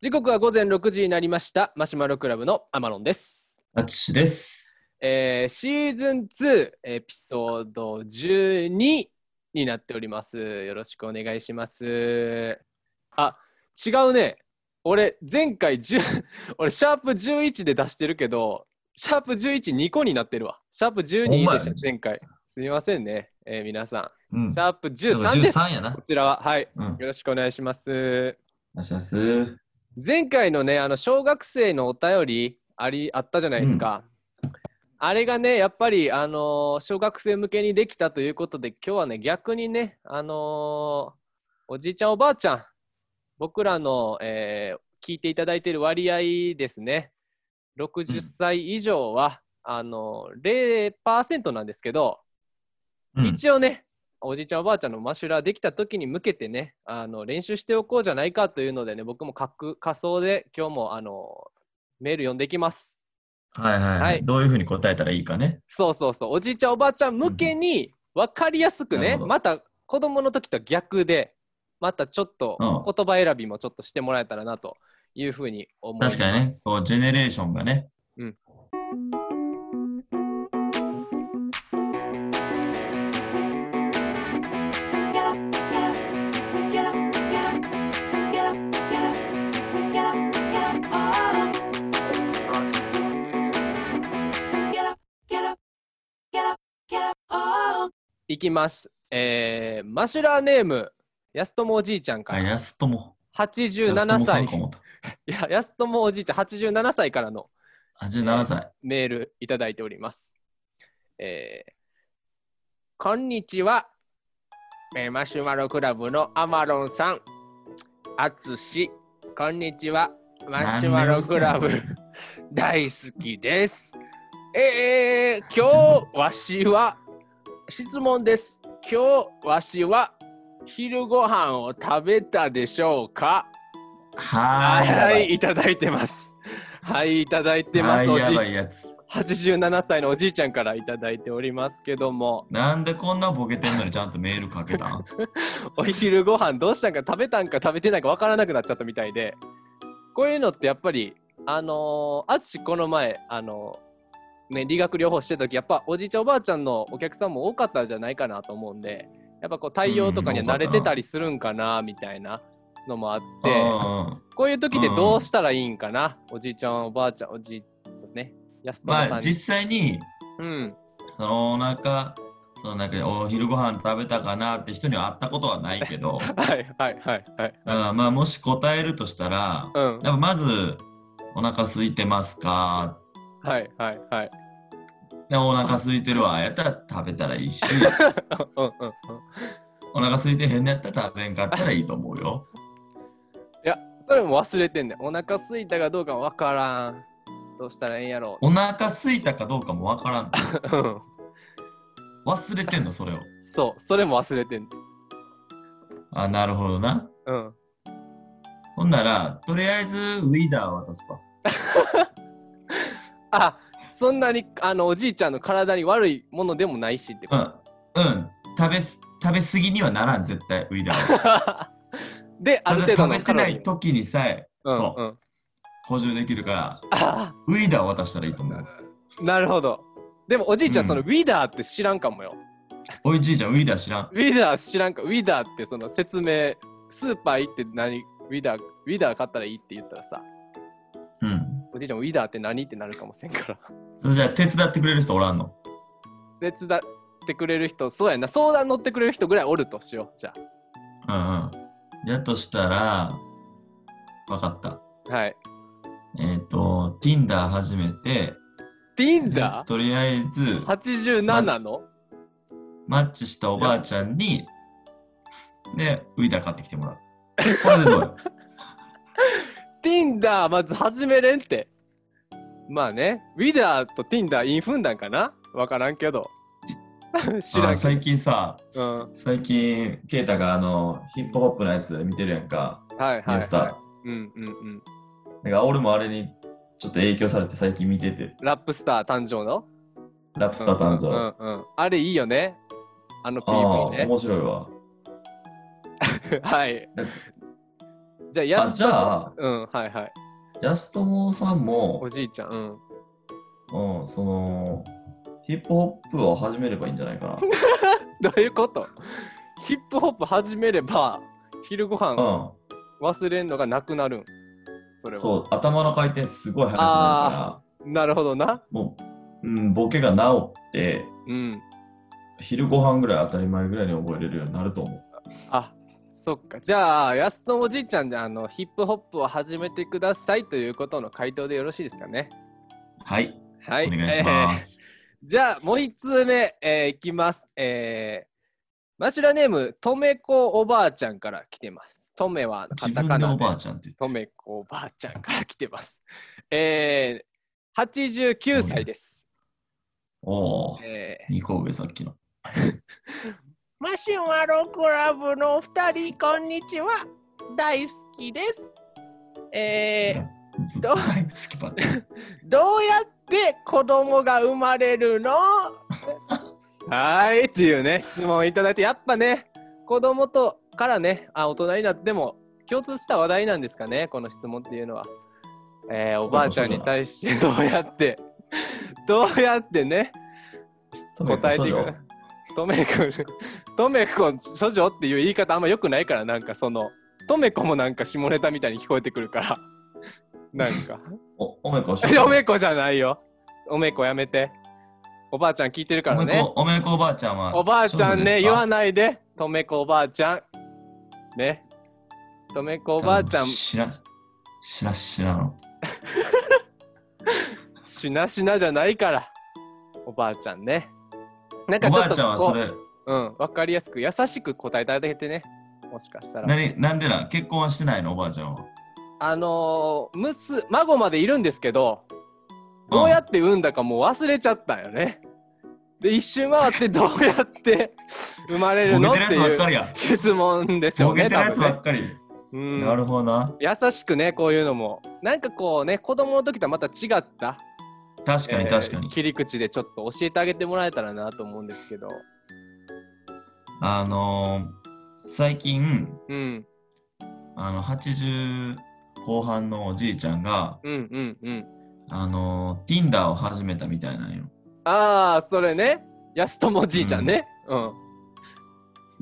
時刻は午前6時になりましたマシュマロクラブのアマロンです、あちしです。えーシーズン2エピソード12になっておりますよろしくお願いしますあ違うね俺前回10 俺シャープ11で出してるけどシャープ112個になってるわシャープ12でほんましやたね前回すみませんね、えー皆さうんんシーャープ13ですこ13やな。ちらははいうん。よろしくお願いしますお願いします。前回のねあの小学生のお便りありあったじゃないですか、あれがねやっぱりあのー小学生向けにできたということで今日はね逆にねあのーおじいちゃんおばあちゃん僕らの、えー聞いていただいている割合ですね60歳以上は、あのー0%なんですけど、うん。一応ね、おじいちゃんおばあちゃんのマシュラーできた時に向けてね、あの練習しておこうじゃないかというのでね、僕も格仮想で今日もあのメール読んでいきます。はいはい、ははいい。どういうふうに答えたらいいかね。そうそうそう、おじいちゃんおばあちゃん向けに分かりやすくなね、るほどまた子供の時と逆で、またちょっとうん言葉選びもちょっとしてもらえたらなというふうに思います。確かにね、こう、ジェネレーションがね。うん。いきます。えーマシュラーネーム、やすともおじいちゃんかあ、ら、やすとも。やすと87もさ歳んか。もと。いや、やすともおじいちゃん、87歳からのあ87歳。メールいただいております。えーこんにちは、えーマシュマロクラブのアマロンさん、あつし、こんにちは、マシュマロクラブ何年生大好きです。えー、今日わしは、質問です。今日わしは、昼ご飯を食べたでしょうかははーい、い。やばい、。ただいてます。はい、いただいてまはす。ーおい、やじいばちゃいんやつ。 87歳のおじいちゃんからいただいておりますけども、なんでこんなボケてんのにちゃんとメールかけたんお昼ご飯どうしたんか食べたんか食べてないかわからなくなっちゃったみたいで、こういうのってやっぱり、あのー、淳この前、あのーね、理学療法してた時、やっぱおじいちゃんおばあちゃんのお客さんも多かったんじゃないかなと思うんで、やっぱこう対応とかには慣れてたりするんかな、みたいなのもあって、うんこういう時ってどうしたらいいんかな、おじいちゃん、おばあちゃん、おじい、そうですね。安友さんに、まあ、実際に、うん。そのお腹、そのなんかお昼ご飯食べたかなって人には会ったことはない けど、はいはいはいはい。うんまあ、もし答えるとしたら、うん。やっぱまず、お腹空いてますかはいはいはい。でお腹空いてるわ。やったら食べたらい いし、うんうんうん。お腹空いてへんのやったら食べんかったらいいと思うよ。それも忘れてんねん。お腹空いたかどうかわからん。どうしたらええんやろう。お腹空いたかどうかもわからん。うん忘れてんの、それを。そう、それも忘れてんねん。あ、なるほどな。うん。ほんなら、とりあえずウィーダー渡すわ。あそんなにあのおじいちゃんの体に悪いものでもないしってこと。うん。うん。食べす、食べ過ぎにはならん、絶対、ウィーダーは。 で、 あたるだ程度の食べてない時にさえ、カロリーそうんう、うん。補充できるから、あウィーダー渡したらいいと思う。ーなるほど。でもおじいちゃん、うんそのウィダーって知らんかもよ。おいじいちゃん、ウィーダー知らん。ウィダー知らんか、ウィダーってその説明、スーパー行って何、ウィダー、ウィダー買ったらいいって言ったらさ、うん。おじいちゃん、ウィダーって何ってなるかもしれんから。そじゃあ、手伝ってくれる人おらんの手伝ってくれる人、そうやな、相談乗ってくれる人ぐらいおるとしよう、じゃうんうん。やとしたら、わかった。あ。はい。えっ、と、Tinder 始めて、 Tinder?87 とりあえず、のマッチしたおばあちゃんに、で、ウイダー買ってきても らう。これでどうよ ?Tinder まず始めれんって。まあね、ウィダーと Tinder インフンだんかなわからんけど。 知らあんけ最近さ、ど。うん。は最近、ケイタがあの、ヒップホップのやつ見てるやんか、いはい、ニュースター。はい。うんうんうん。だから俺もあれにちょっと影響されて最近見てて、ラップスター誕生のラップスター誕生。うんうん、あれいいよね。あのああ、 PV ね。 面白いわ。はい。じゃあ、やあじゃあうん、はいはい。安友さんもお、じいちゃん、うん。うん、その、ヒップホップを始めればいいんじゃないかどういうことヒップホップ始めれば、昼ごな。飯 う忘ん。れんのがなくなるん。それは。そう、頭の回転すごい速くなるかなるほどなら。、もう、うん、ボケが治って、うん。昼ご飯ぐらい当たり前ぐらいに覚えれるようになると思う。あ、そっか。じゃあ、安のおじいちゃんで、あの、ヒップホップを始めてくださいということの回答でよろしいですかね。はい、はい。お願いします。じゃあもう1通目、えーいきます。えー、マシュラネーム、とめこおばあちゃんから来てます。とめは カ自タ分カでナおでばあちゃんってとめこおばあちゃんから来てます。えー、89歳です。おお、えー2個上さっきの。マシュマロクラブのお二人、こんにちは。大好きです。えー、ずっと大好きばっかり。どうやって子供が生まれるのはいっていうね質問をいただいてやっぱね子供とからねあ大人になっても共通した話題なんですかねこの質問っていうのは、えーおばあちゃんに対してどうやってどうやってねとめこ答えていそくうよトメ君トメ君処女っていう言い方あんま良くないからなんかそのトメ子もなんか下ネタみたいに聞こえてくるからなんかお、おめこしい やおめこじゃないよ。おめこやめて。おばあちゃん聞いてるからね。おめこおめこおばあちゃんは。おばあちゃんね、言わん。ないで。とめこおばあちゃん。ね。とめこおばあちゃん、しら、しらしらの。しなしなじゃないから。おばあちゃんね。なんかおちょばっあとちゃんはこ、そうれ、うん、わかりやすく、優しく答えてあげてね。もしかしたら。なになんでなん結婚はしてないのおばあちゃんは。あのー、むす、孫までいるんですけど、どうやって産んだかもう忘れちゃったよね。で、一周回ってどうやって生まれるボのっケててるやついばっうか。りや。質問ですボよケね、てる多やつ分ばねっかり。うんなるほどな。優しくね、こういうのも。なんかこうね、子供の時とはまた違った、確かえーに確かに。切り口でちょっと教えてあげてもらえたらなと思うんですけど。あのー、最近、うん、あの、80後半のおじいちゃんが、うん、うん、うん。あのー、Tinder を始めたみたいなんよ。ああ、それね、安友じいちゃんね。う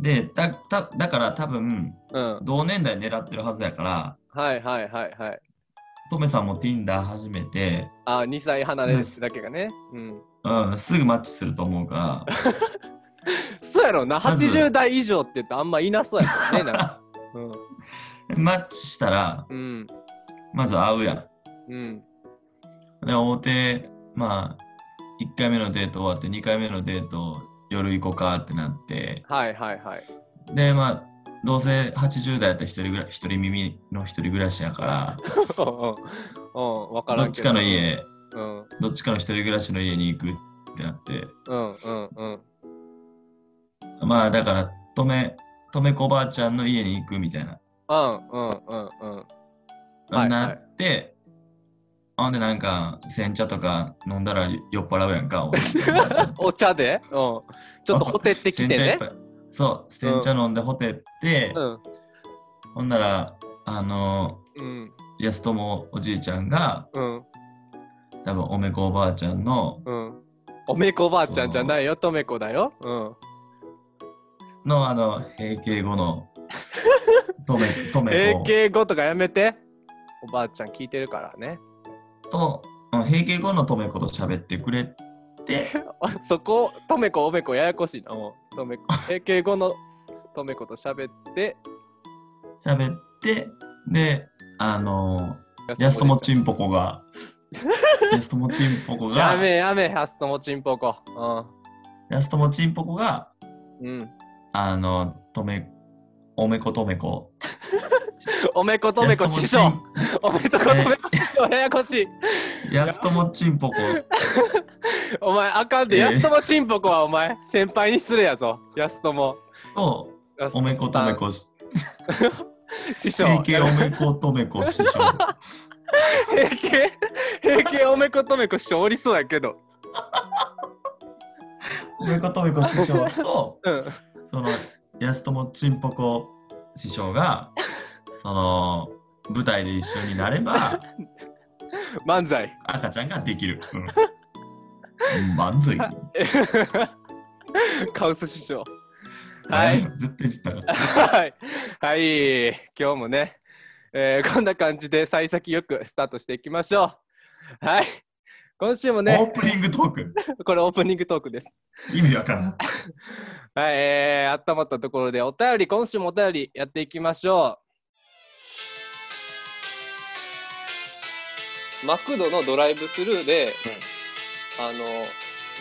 ん、で、だ、た、だから多分、うん。同年代狙ってるはずやから、はいはいはいはい。トメさんも Tinder 始めて、ああ、2歳離れてだけがね。うん。うん、すぐマッチすると思うかそうやろな、まず。80代以上って言ったらあんまいなそうやもんね、なんから マッチしたら、うん、まず会うやうん、うん。ん。で、大手、まあ、1回目のデート終わって、2回目のデート、夜行こうかってなって、はいはいはい。で、まあ、どうせ80代やったら一人ぐらい、一人耳の一人暮らしやか、うんうんうん、わかららんどっけちど。かの。家、うん、どっちかの一人暮らしの家に行くってなって、うん、うん、うん。まあ、だから、とめ、とめこばあちゃんの家に行くみたいな。うんうんうんうん。はいなって、ほんでなんか煎茶とか飲んだら酔っ払うやんか俺 お茶で、うん、ちょっとほてってきて煎茶いっねぱ。いそう煎茶飲んでホテって、うんほんならあのうん安友おじいちゃんがうん多分おめこおばあちゃんのうん。おめこばあちゃんじゃないよ、とめこだよ。うん。のあの閉経 後のとめとめ閉こ経後とかやめて。おばあちゃん聞いてるからね。とうん閉経後のとめこと喋ってくれて あそこ、とめこ、おめこ、ややこしいな。うんとめこ、閉経後のとめこと喋って、喋ってであの安とも友ちちんぽ こが安友ちんぽこんぽがやめやめ、やすともちんぽこ。安友ちんぽこが、うん。うん。あの、とめ、おめことめこ。おめことめこ師匠。おめとことめこ師匠、ややこしい。安友ちんぽこ。 お前あかんで、ええやすともちんぽこはお前先輩に失礼やぞやすともと、やすおめことめこ、師匠平家おめことめこ師匠。平家平家おめことめこ師匠おりそうやけどおめことめこ師匠と、うんその、安友ちんぽこ師匠が、その、舞台で一緒になれば漫才。 赤ちゃんができる。うん、漫才。カウス師匠。ははいい。。絶対知ったから。はい、はい、今日もね、えーこんな感じで幸先よくスタートしていきましょう。はい、今週もオね、ープニングトーク。これオープニングトークです。意味わからん。はい、えー、温まったところでお便り、今週もお便りやっていきましょう。マクドのドライブスルーで、あの、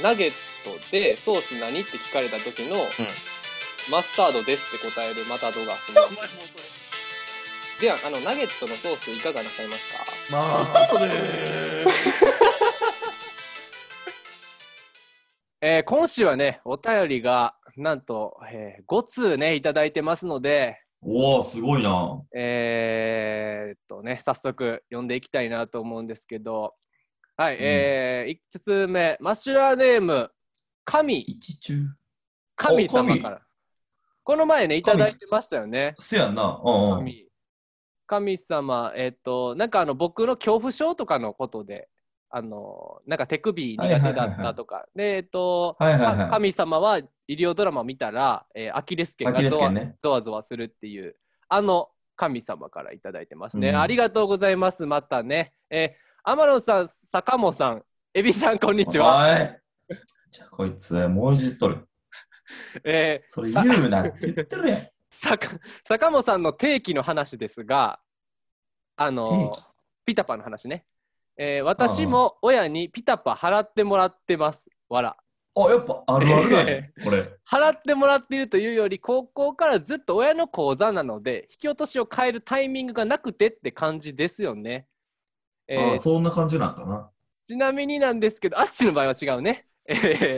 ナゲットでソース何って聞かれた時の、マスタードですって答えるマタドがい ます。ではあのナゲットのソースいかがなさいますかマスタートでーす。えー今週はねお便りがなんと、え5通ねいただいてますのでおお、すごいな。えーっとね早速読んでいきたいなと思うんですけどはい、んえ1通目マシュラーネーム神一中。神お様神からこの前ねいただいてましたよねせやんな。うんうん。神神様えーっとなんかあの僕の恐怖症とかのことであのなんか手首苦手だったとか、でえーっとはいはいかはい。神様は医療ドラマを見たら、えーアキレス腱アがキレゾスワ,、腱ねゾワゾワするっていうあの神様からいただいてますね、うんありがとうございますまたね、えー、天野さん坂本さんエビさんこんにちは、おい。じゃあこいつ、もういじっとる。えそれ言うなって言ってる やん。ー、坂坂本さんの定期の話ですがあの定期ピタパの話ね、えー私も親にピタパ払ってもらってますわらあ、やっぱあるあるだね。これ。払ってもらっているというより高校からずっと親の口座なので引き落としを変えるタイミングがなくてって感じですよね。えーあそんな感じなんだな。ちなみになんですけどあっちの場合は違うね。 え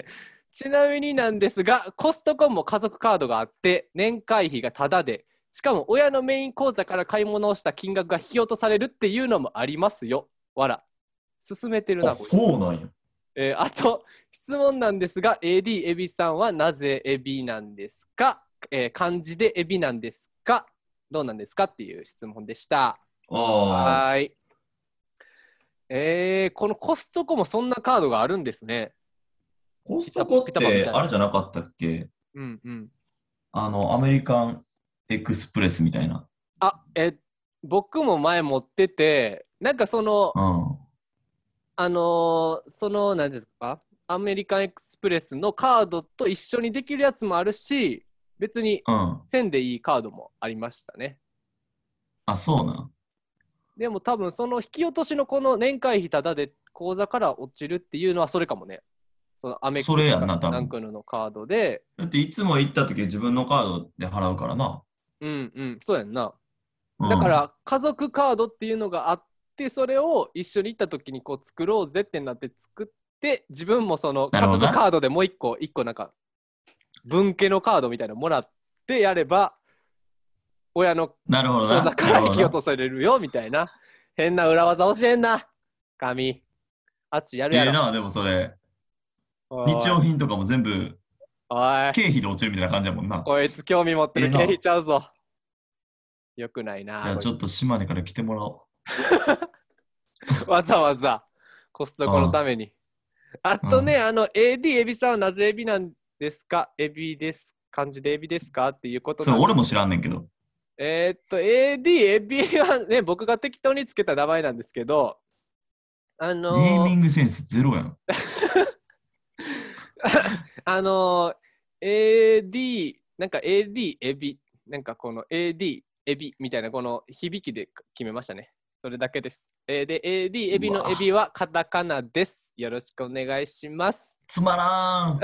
ーちなみになんですがコストコも家族カードがあって年会費がタダでしかも親のメイン口座から買い物をした金額が引き落とされるっていうのもありますよ。わら。進めてるな。あ、こいつそうなんや。えーあと質問なんですが AD エビさんはなぜエビなんですか、えー漢字でエビなんですかどうなんですかっていう質問でした。あはーい。えー、このコストコもそんなカードがあるんですね。ーコストコってあれじゃなかったっけうんうん。あの、アメリカンエクスプレスみたいな。あえ僕も前持っててなんかそのうん。あのーその何ですかアメリカンエクスプレスのカードと一緒にできるやつもあるし別にうん。 1000でいいカードもありましたね。あ、そうなん。でも多分その引き落としのこの年会費ただで口座から落ちるっていうのはそれかもね。そのアメックスそれやんな多分なんかのカードで、だっていつも行った時自分のカードで払うからな。うんうん、そうやんな。うんだか、ら家族カードっていうのがあって、それを一緒に行った時にこう作ろうぜってなって作って、自分もそのな家るほど族なカードでもう一個、一個なんか文家のカードみたいなのもらってやれば、親のなるほど口な。座から引き落なるほとされるよみたいな。変な裏技教えんな。紙。あっちやどるえやえろ。な、でもそれ。おい日用品とかも全部おい、経費で落ちるみたいな感じやもんな。じこいつ興味持ってるええ経な費ちゃうぞ。よくないな。ゃあこいつちょっと島根から来てもらお わざわざコストコのために。あとね、あの AD エビさんはなぜエビなんですかエビです。漢字でエビですかっていうこう。とそれなんで俺も知らんねんけど。えーっと、AD エビはね、僕が適当につけた名前なんですけど、あのーネーミングセンスゼロやん。あのー AD なんか AD エビなんかこの AD エビみたいなこの響きで決めましたねそれだけですえーで AD エビうのわエビはカタカナですよろしくお願いしますつま らん。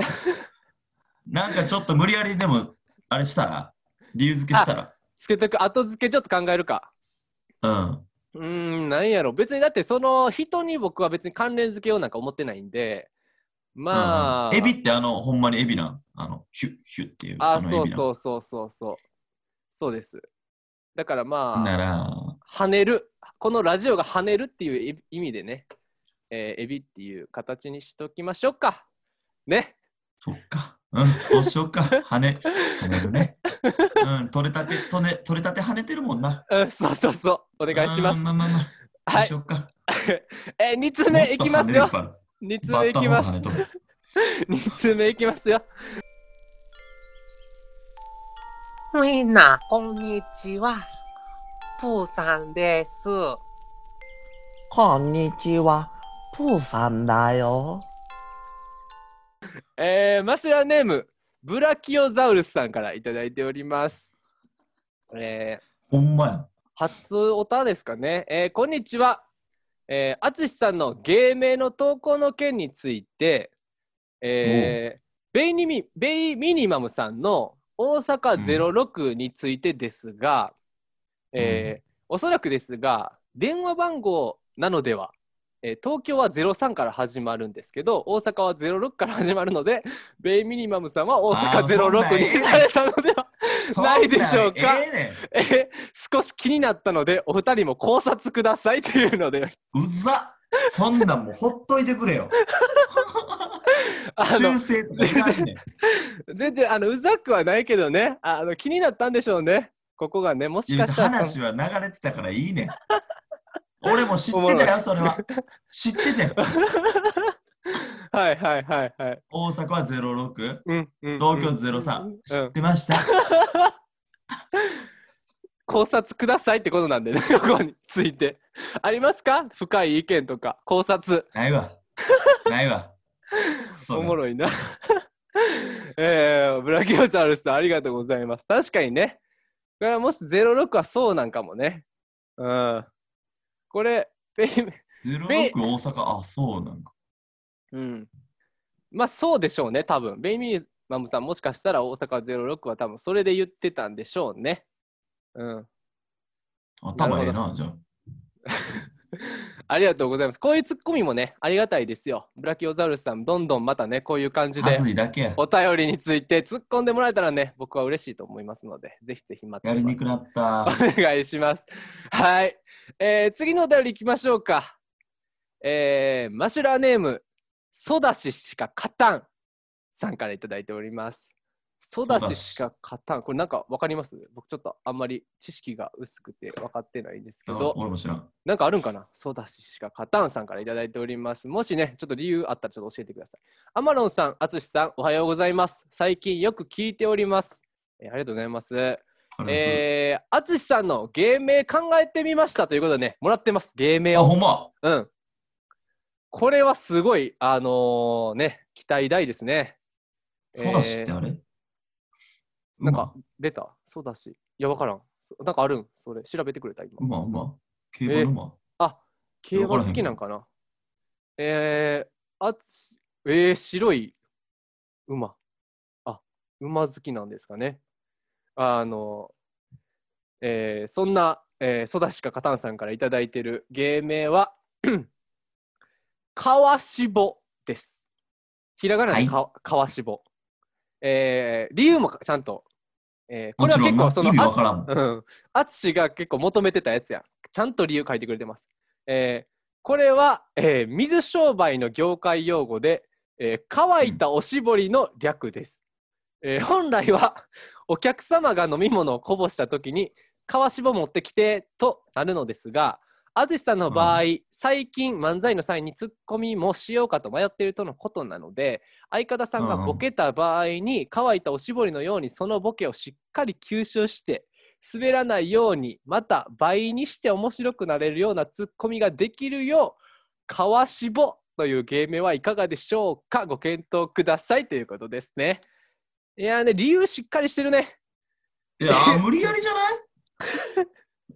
なんかちょっと無理やりでも、あれしたら理由付けしたらつけとく後付けちょっと考えるかうん。うーんなんやろ別にだってその人に僕は別に関連付けようなんか思ってないんでまあ、うんエビってあの、ほんまにエビなん。あの、ヒュッヒュッっていう。あのそうう。そうそうそうそうそうですだからまあなら、跳ねるこのラジオが跳ねるっていう意味でね、えーエビっていう形にしときましょうかねそっか。うん、そうしようか。跳ね、跳ねるね。うん、取れたて、とね、取れたて跳ねてるもんな。うん、そうそうそう。おお願いします。まあまあまあ、そはういし。ようか。え、2つ目いきますよ。バ2つ目ッいタきもます跳ね。とる。 2つ目いきますよ。みんな、こんにちは。プーさんです。こんにちは、プーさんだよ。えー、マシュラネーム、ブラキオザウルスさんからいただいております。えー、ほんまや。初おたですかね。えー、こんにちは。えー、淳さんの芸名の投稿の件について、えー、ベイニミベイミニマムさんの大阪06についてですが、んえーおそらくですが、電話番号なのでは、えー東京は03から始まるんですけど、大阪は06から始まるので、ベイミニマムさんは大あ阪ーそんなん06にされたのでは、ないでしょうかそんなんええねんえー少し気になったので、お二人も考察くださいというので、うざそんなんもうほっといてくれよ。あの修正とかいらんね ん。全然あのうざくはないけどねあの気になったんでしょうねここがねもしいやか別にしたら話は流れてたからいいねん。 俺も知ってたよ、それは。知ってたよ。はいはいはいはい大阪は06、うんうん東京うん03、うん知ってました。考察くださいってことなんでね ここについてありますか深い意見とか考察な いわ。ないわ。クソおがもろいな えー、ブラキオサウルスさんありがとうございます確かにねこれはもし06はそうなんかもねうんこれペイ06べ大阪、あ、そうなんか。うん。まあそうでしょうね、多分。ベイミーマムさん、もしかしたら大阪06は多分それで言ってたんでしょうね。うん。頭ええなな、じゃあ。ありがとうございます。こういうツッコミもね、ありがたいですよ。ブラキオザウルスさん、どんどんまたね、こういう感じではずいだけや。お便りについて突っ込んでもらえたらね、僕は嬉しいと思いますので、ぜひぜひまた。やりにくなった。お願いします。はい。えー次のお便り行きましょうか。えーマシュラーネーム、ソダシしか勝たんさんからいただいております。ソダシしか勝たん。これなんかわかります僕ちょっとあんまり知識が薄くて分かってないんですけ ど、俺も知らん。なんかあるんかなソダシしか勝たんさんからいただいております。もしね、ちょっと理由あったらちょっと教えてください。アマロンさん、アツシさん、おはようございます。最近よく聞いております。えーありがとうございます。あれえー、淳さんの芸名考えてみましたということでね、もらってます、芸名あ、ほを。んま。うん。これはすごい、あのーね、期待大ですね。そうだしってえーあれなうんかま、出たそうだし。いや、わからん。そなんかあるんそれ、調べてくれた、今。うま、うま。競馬のうま。あ、競馬好きなんかな。えー、あつ、えー、白い馬。あ、馬好きなんですかね。あの、えー、そんな、えー、ソダシカカタンさんからいただいてる芸名は、 かわしぼです。ひらがなでか,、かわしぼ。えー、理由もかちゃんと。えー、こもれはちろ結ん構な、そ意の味あわつからんもん。うん。淳が結構求めてたやつやん。ちゃんと理由書いてくれてます。えーこれは、えー水商売の業界用語で、えー乾いたおしぼりの略です。えー本来は、 お客様が飲み物をこぼした時に、川しぼ持ってきてとなるのですが、淳さんの場合、最近漫才の際にツッコミもしようかと迷っているとのことなので、相方さんがうんうんボケた場合に乾いたおしぼりのようにそのボケをしっかり吸収して滑らないようにまた倍にして面白くなれるようなツッコミができるよう「かわしぼ」という芸名はいかがでしょうかご検討くださいということですね。いやーね理由しっかりしてるね。いや、あ無理やりじゃ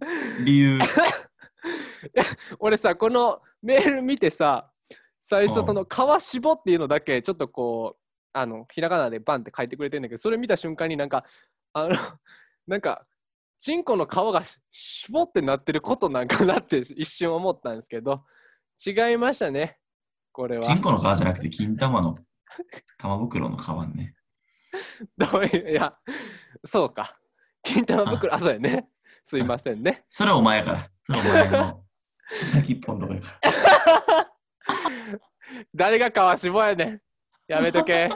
ない理由。俺さこのメール見てさ最う初んその「川絞」っていうのだけちょっとこうあのひらがなでバンって書いてくれてんだけどそれ見た瞬間になんかあの なんかチンコの皮がし絞ってなってることなんかなって一瞬思ったんですけど違いましたねこれはチンコの皮じゃなくて、金玉の玉袋の皮ね。 どういういやそうか金玉袋あそうやねすいませんねそれお前やから。それお前 の先っぽのとこやから。 誰が皮絞やねんやめとけ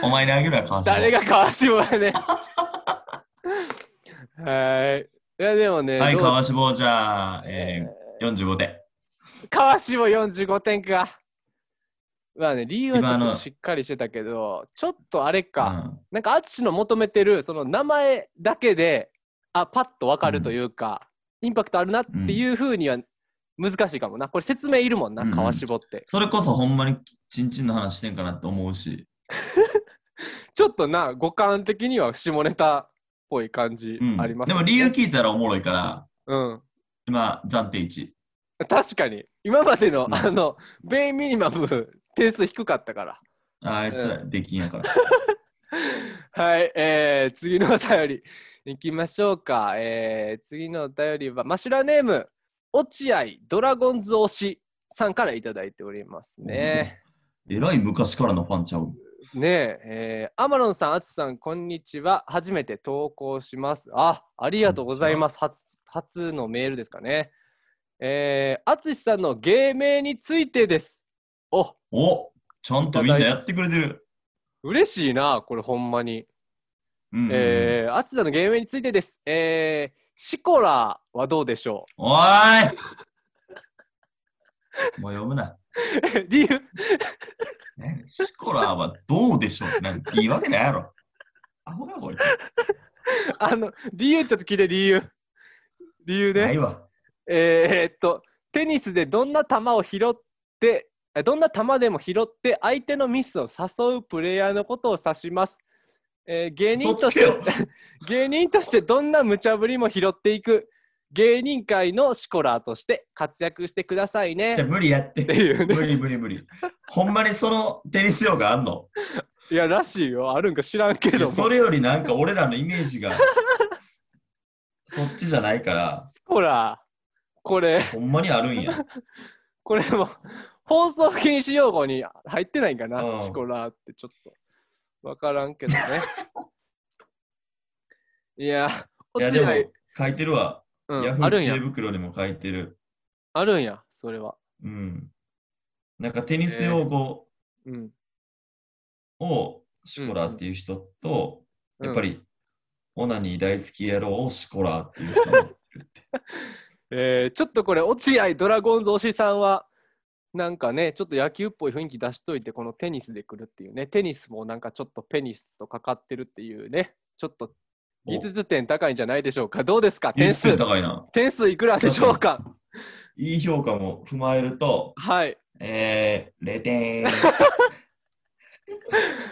お前にあげるわ、川島。誰が川下や ねんはい。いや、でもね、はい、どう川島、じゃあ、ええー、45点。ー川下45点か。まあね、理由はちょ今っあとのしっかりしてたけど、ちょっとあれうか、んなんか淳の求めてる、その名前だけで、あ、パッとわかるというか、インパクトあるなっていうふうには難しいかもな。これ説明いるもんな、うんうん川下って。それこそほんまにちんちんの話してんかなって思うし。ちょっとな、五感的には下ネタっぽい感じうんありますでよもね、理由聞いたらおもろいから、うん。今、暫定1。確かに今までの、うんあのベイミニマム点数低かったからあいつらできんやから。はい、えー、次のお便りいきましょうか、えー、次のお便りはマシュラネーム落合ドラゴンズ推しさんからいただいておりますね。 えらい昔からのファンちゃう。ねえ、えー、アマロンさん、アツさん、こんにちは。初めて投稿します。あ、ありがとうございます。初初のメールですかね。えー、アツシさんの芸名についてです。お、おちゃんとみんなやってくれてる。嬉しいな、これほんまに。うんうんえー、暑さの芸名についてです。えー、シコラはどうでしょ おーいもう呼ぶな。う 理由ねシコラーはどうでしょうなんて言い訳ないやろ。アホかこいつ。あの、理由ちょっと聞いて、理由。理由なねい。わ。えー、っと、テニスでどんな球を拾って、えどんな球でも拾って相手のミスを誘うプレイヤーのことを指します。えー芸人嘘とつしけよて、 芸人としてどんな無茶ぶりも拾っていく芸人界のシコラーとして活躍してくださいねじゃあ。無理やって。っていうね無理無理無理。ほんまにそのテニス用があんのいや、らしいよ。あるんか知らんけいやども。それよりなんか俺らのイメージがそっちじゃないからほら、これ、ほんまにあるん や。これも放送禁止用語に入ってないんかうな、んシコラーってちょっと。わからんけ どね。いや、い落やでも合、書いてるわ。うヤフん、あーるん知や恵。袋にも書いてる。あるんや、それは。うん。なんかテニス用語うん。をシコラーっていう人と、うんやっぱりオナニー大好き野郎をシコラーっていう人もいるって。えーちょっとこれ、落合ドラゴンズ推しさんは、なんかね、ちょっと野球っぽい雰囲気出しといて、このテニスで来るっていうね、テニスもなんかちょっとペニスとかかってるっていうね、ちょっと技術点高いんじゃないでしょうか。どうですか、お技点術点数。高いな。 点数いくらでしょうかいい評価も踏まえると、はい。えー、0点。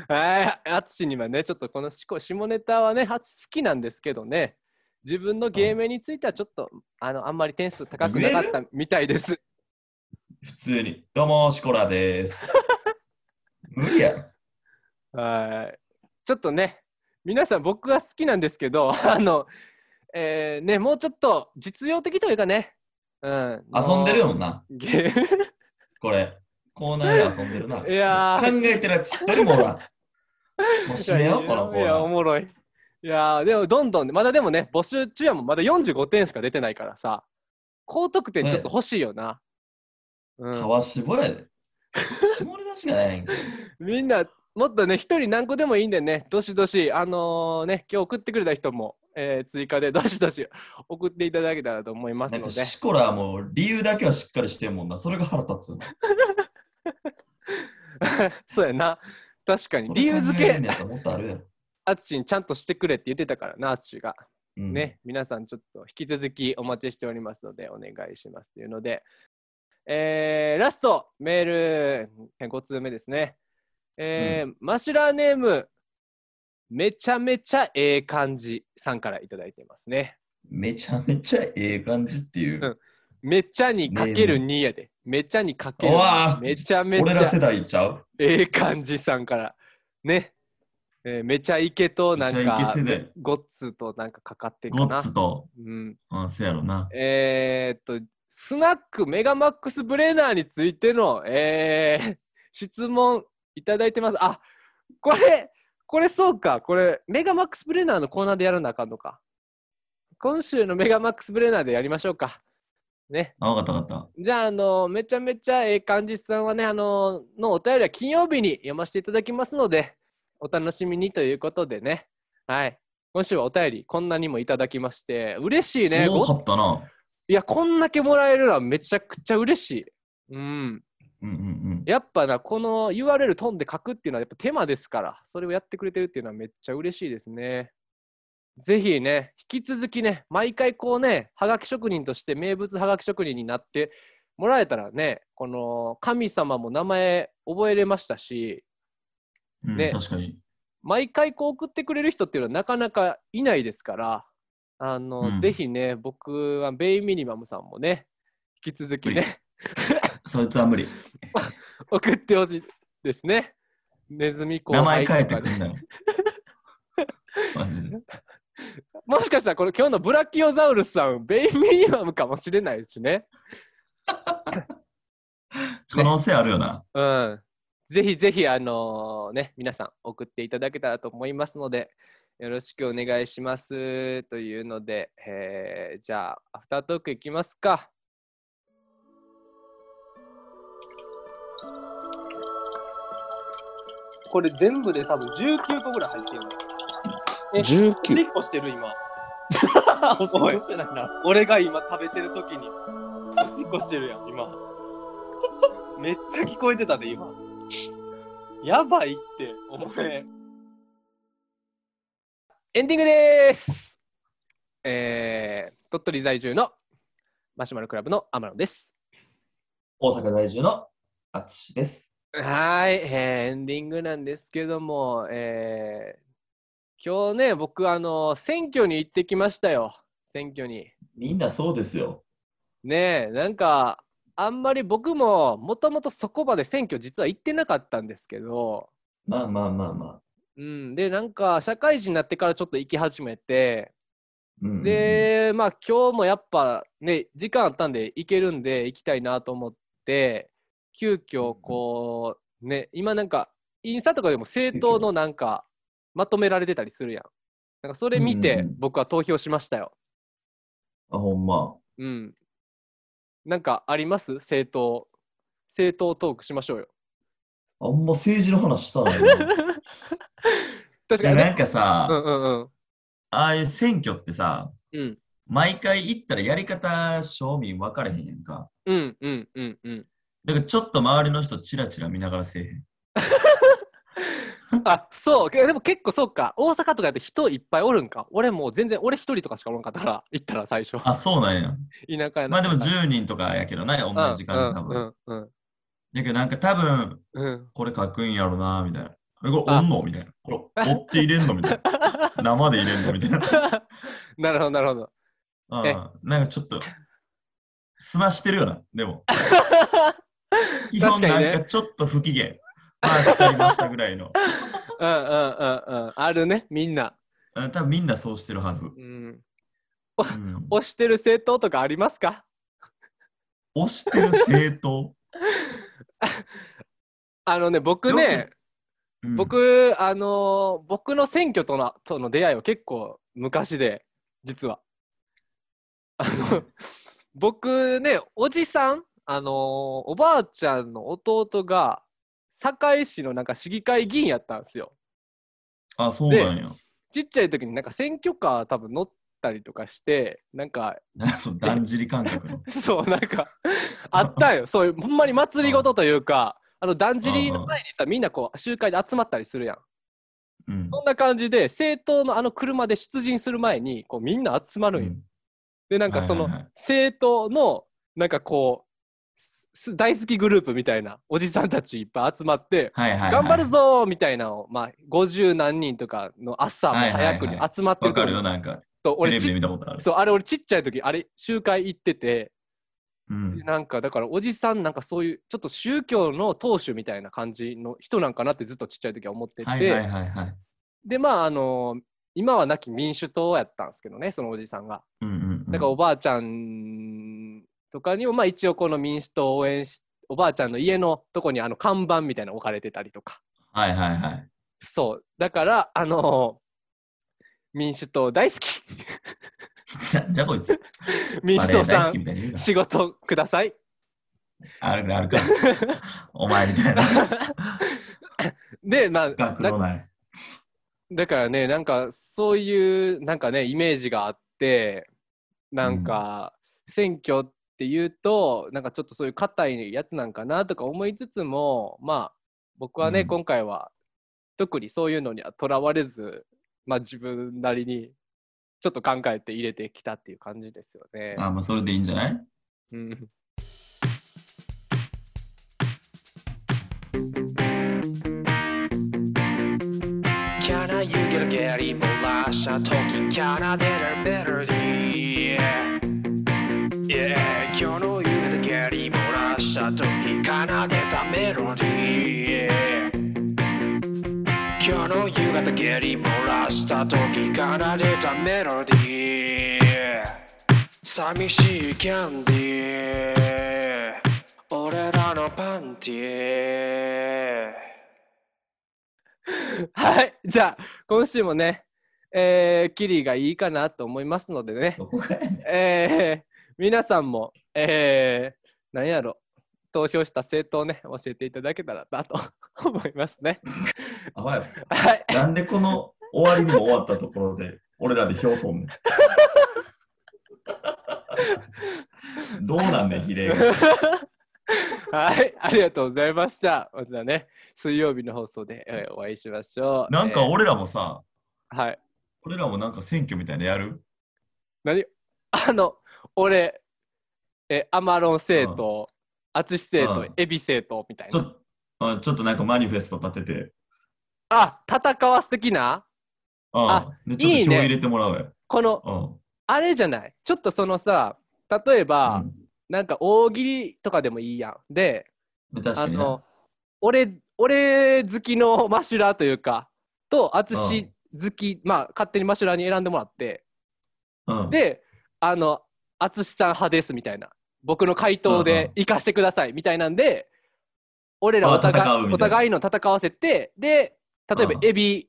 はい。あつしにはね、ちょっとこのしこ下ネタはね、あつ好きなんですけどね、自分の芸名についてはちょっと、あの、あんまり点数高くなかったみたいです。普通に。どうも、シコラーです。無理やろ。はい。ちょっとね、皆さん僕は好きなんですけど、 あの、えーね、もうちょっと実用的というかね、うん。遊んでるよな、ゲこれ。コーナーで遊んでるな。いやー考えてるやつ一人も おらん。もう閉めよう、このコいーや、おナー。もろい。いやーでもどんどんね、まだでもね、募集中やもん、まだ45点しか出てないからさ、高得点ちょっと欲しいよな。うん、川絞やで。絞り出しがない やんけ。みんな、もっとね、一人何個でもいいんでね、どしどし、あのーね、今日送ってくれた人も、えー追加でどしどし送っていただけたらと思いますなんのかで、シコラはもう理由だけはしっかりしてんもんな。それが腹立つ。 そうやな、確かに、理由付け、ね、もっとあるやろ。あつしにちゃんとしてくれって言ってたからな、あつしが。うん、ね、皆さんちょっと引き続きお待ちしておりますのでお願いしますというので、えーラストメール5通目ですね、えーマシュラーネームめちゃめちゃええ感じさんからいただいてますねめちゃめちゃええ感じっていう。うんめちゃにかける2やでめちゃにかけるう2わーめちゃめち俺らゃ世代ちゃうええ感じさんからね、えーめちゃイケとなめちゃんイかケ世代。ゴッツとなんかかかってるゴかッなツと、うんうん、せやろな。えー、っと、スナックメガマックスブレーナーについての、えー質問いただいてます。あこれ、これそうか、これ、メガマックスブレーナーのコーナーでやらなあかんのか。今週のメガマックスブレーナーでやりましょうか。ね。あ、わかったわかった。じゃあ、あの、めちゃめちゃええ感じさんはね、あの、のお便りは金曜日に読ませていただきますので、お楽しみにということでね。はい。今週はお便り、こんなにもいただきまして、嬉しいね。多かごったな。いや、こんだけもらえるのはめちゃくちゃ嬉しい。うん。うんうんうん。やっぱな、この URL 飛んで書くっていうのはやっぱ手間ですから、それをやってくれてるっていうのはめっちゃ嬉しいですね。ぜひね、引き続きね、毎回こうね、はがき職人として名物はがき職人になってもらえたらね、この神様も名前覚えれましたし、うんね確かに。毎回こう送ってくれる人っていうのはなかなかいないですから、あの、うんぜひね、僕はベイミニマムさんもね、引き続きね、そいつは無理。 送ってほしいですね。ネズミ子名前変えて愛くとかね んなよ。マジで。もしかしたらこれ今日のブラキオザウルスさんベイミニマムかもしれないしね。可能性あるよな。うん。ぜひぜひあのね皆さん送っていただけたらと思いますのでよろしくお願いしますというので、えーじゃあアフタートークいきますか。これ全部で多分19個ぐらい入ってる。え19。個してる今。 おしっこしてないな。俺が今食べてる時におしっこしてるやん今めっちゃ聞こえてたで 今やばいってお前エンディングでーすえー、鳥取在住のマシュマロクラブの天野です大阪在住のあつしです。はーい、えーエンディングなんですけども、えー、今日ね僕あの選挙に行ってきましたよ選挙にみんなそうですよ。ねえなんかあんまり僕ももともとそこまで選挙実は行ってなかったんですけど、まあまあまあまあ。うん、でなんか社会人になってからちょっと行き始めてうんうんうん、でまあ今日もやっぱね時間あったんで行けるんで行きたいなと思って急遽こうね今なんかインスタとかでも政党のなんかまとめられてたりするやん。なんかそれ見うんうてんうん僕は投票しましたよ。あ、ほんま。うん。なんかあります政党。政党トークしましょう よ。あんま政治の話した ないな確いかやになんね。かさ、うんうんうん。ああいう選挙ってさ、うん毎回行ったらやり方、正味分かれへんやんか。うんうんうんうん。だからちょっと周りの人チラチラ見ながらせえへん。あそう。けでも結構そうか。大阪とかやと人いっぱいおるんか。俺もう全然、俺一人とかしかおらんかったから、 行ったら最初。あ、そうなんや。田舎やな。まあでも10人とかやけどな、同じ時間で多分。うんうんだけどなんか多分、うんうん。 これ書くんやろな、みたいな。えこれおんのみたいな。これ、追って入れんのみたいな。 生で入れんのみたいな。なるほどなるほ ど。えうんなんかちょっと、すましてるよな、で も。基確本かになんねか。ちょっと不機嫌。まあ、腐りましたぐらいの。うんうんうんうん。あるね、みんな。うん多分みんなそうしてるはず。うん。うん推してる政党とかありますか推してる政党。あのね、僕よね、うん、僕、あのー僕の選挙とのとの出会いは結構昔で実はあの僕ねおじさん、あのーおばあちゃんの弟が堺市のなんか市議会議員やったんですよあ、そうなんや。ちっちゃい時になんか選挙カー多分乗ったりとかしてなんか なんかそう、だんじり感覚の。そうなんかあったんよそういうほんまに祭りごとというかあのだんじりの前にさみんなこう集会で集まったりするやんうん。そんな感じで政党のあの車で出陣する前にこうみんな集まるんよ。うんでなんかそのはいはいはい政党のなんかこうすす大好きグループみたいなおじさんたちいっぱい集まってはいはいはい。頑張るぞーみたいなのをまあ50何人とかの朝も早くに集まってわるとこかるろよ、なんか。そうテ俺レビちで見たことある。そうあれ俺ちっちゃい時あれ集会行っててうんで。なんかだからおじさんなんかそういうちょっと宗教の党首みたいな感じの人なんかなってずっとちっちゃい時は思ってて。はいはいはいはい。でまああの今は亡き民主党やったんですけどねそのおじさんが。うんうんうん。だからおばあちゃんとかにも、まあ、一応この民主党を応援しおばあちゃんの家のとこにあの看板みたいなの置かれてたりとかはいはいはい。 そうだからあの民主党大好 きなんじゃこいつ。民主党バレー大さ好きみんたいに言うな仕事くだ さいある かあるか。お前みたいな。でまあ学のだない。だからねなんかそういうなんかねイメージがあってなんか選挙っていうとなんかちょっとそういう硬いやつなんかなとか思いつつもまあ僕はね、うん今回は特にそういうのにはとらわれずまあ自分なりにちょっと考えて入れてきたっていう感じですよね。あ、まあ、それでいいんじゃないうん キャナユーゲルゲリ漏らした時キャナでるメロディー Yeah 今日の夕方ゲリ漏らした時奏でたメロディー Yeah 今日の夕方ゲリ漏らした時奏でたメロディー Yeah 寂しいキャンディー俺らのパンティーはいじゃあ今週もね、えーキリがいいかなと思いますのでねどこかやねん。えー皆さんも、えー、何やろ投票した政党ね教えていただけたらなと思いますね。あばよ。はい、なんでこの終わりにも終わったところで、俺らで票取んね ん。どうなんねん、比例が。はい、ありがとうございました。またね水曜日の放送で、えーお会いしましょう。なんかえ俺らもさ、ーはい俺らもなんか選挙みたいなのやる何 あの俺えーアマロン政党、淳政党、うんエビ政党みたいちょな。っと、うんちょっとなんかマニフェスト立てて、あ戦わす的なうんあでちょっといい票ね入れてもらおうよ。このうあれじゃないちょっとそのさ例えば、んなんか大喜利とかでもいいやん。でうん、確かあになの俺俺好きの マシュラーというかとう淳ん好き、まあ勝手にマシュラーに選んでもらってうん、であの淳さん派ですみたいな僕の回答うんうんで生かしてくださいみたいなんで俺らお互あ戦うみたいいなお互いの戦わせてで例えばうんエビ、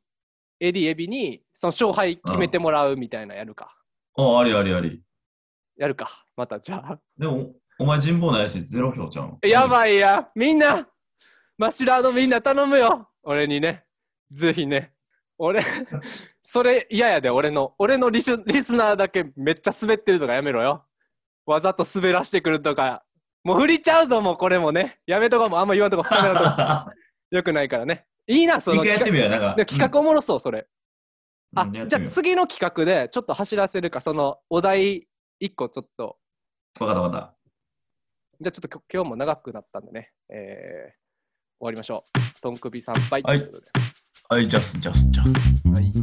エディエビにその勝敗決めてもらうみたいなやるか、あありありあり。やるかまたじゃあ。でも、お前人望ないし、ゼロ票ちゃうん。やい。ばいや、みんな、マシュラーのみんな頼むよ、俺にね、ぜひね、俺、 それ嫌やで、俺の、俺のリシュリスナーだけめっちゃ滑ってるとかやめろよ、わざと滑らしてくるとか、もう振りちゃうぞ、もうこれもね、やめとこうもうあんま言わんとこ、喋らんとこ、 よくないからね、いいな、そ一の回やってみようよ、なんか。で企画おもろそう、それ。あ、うんやっじてゃあみよう次の企画でちょっと走らせるか、そのお題1個ちょっと画。わかったわかった。じゃあちょっときょ今日も長くなったんでね、えー、終わりましょう。とんくび参拝ということで。はい、ジャス、ジャス、ジャス。はい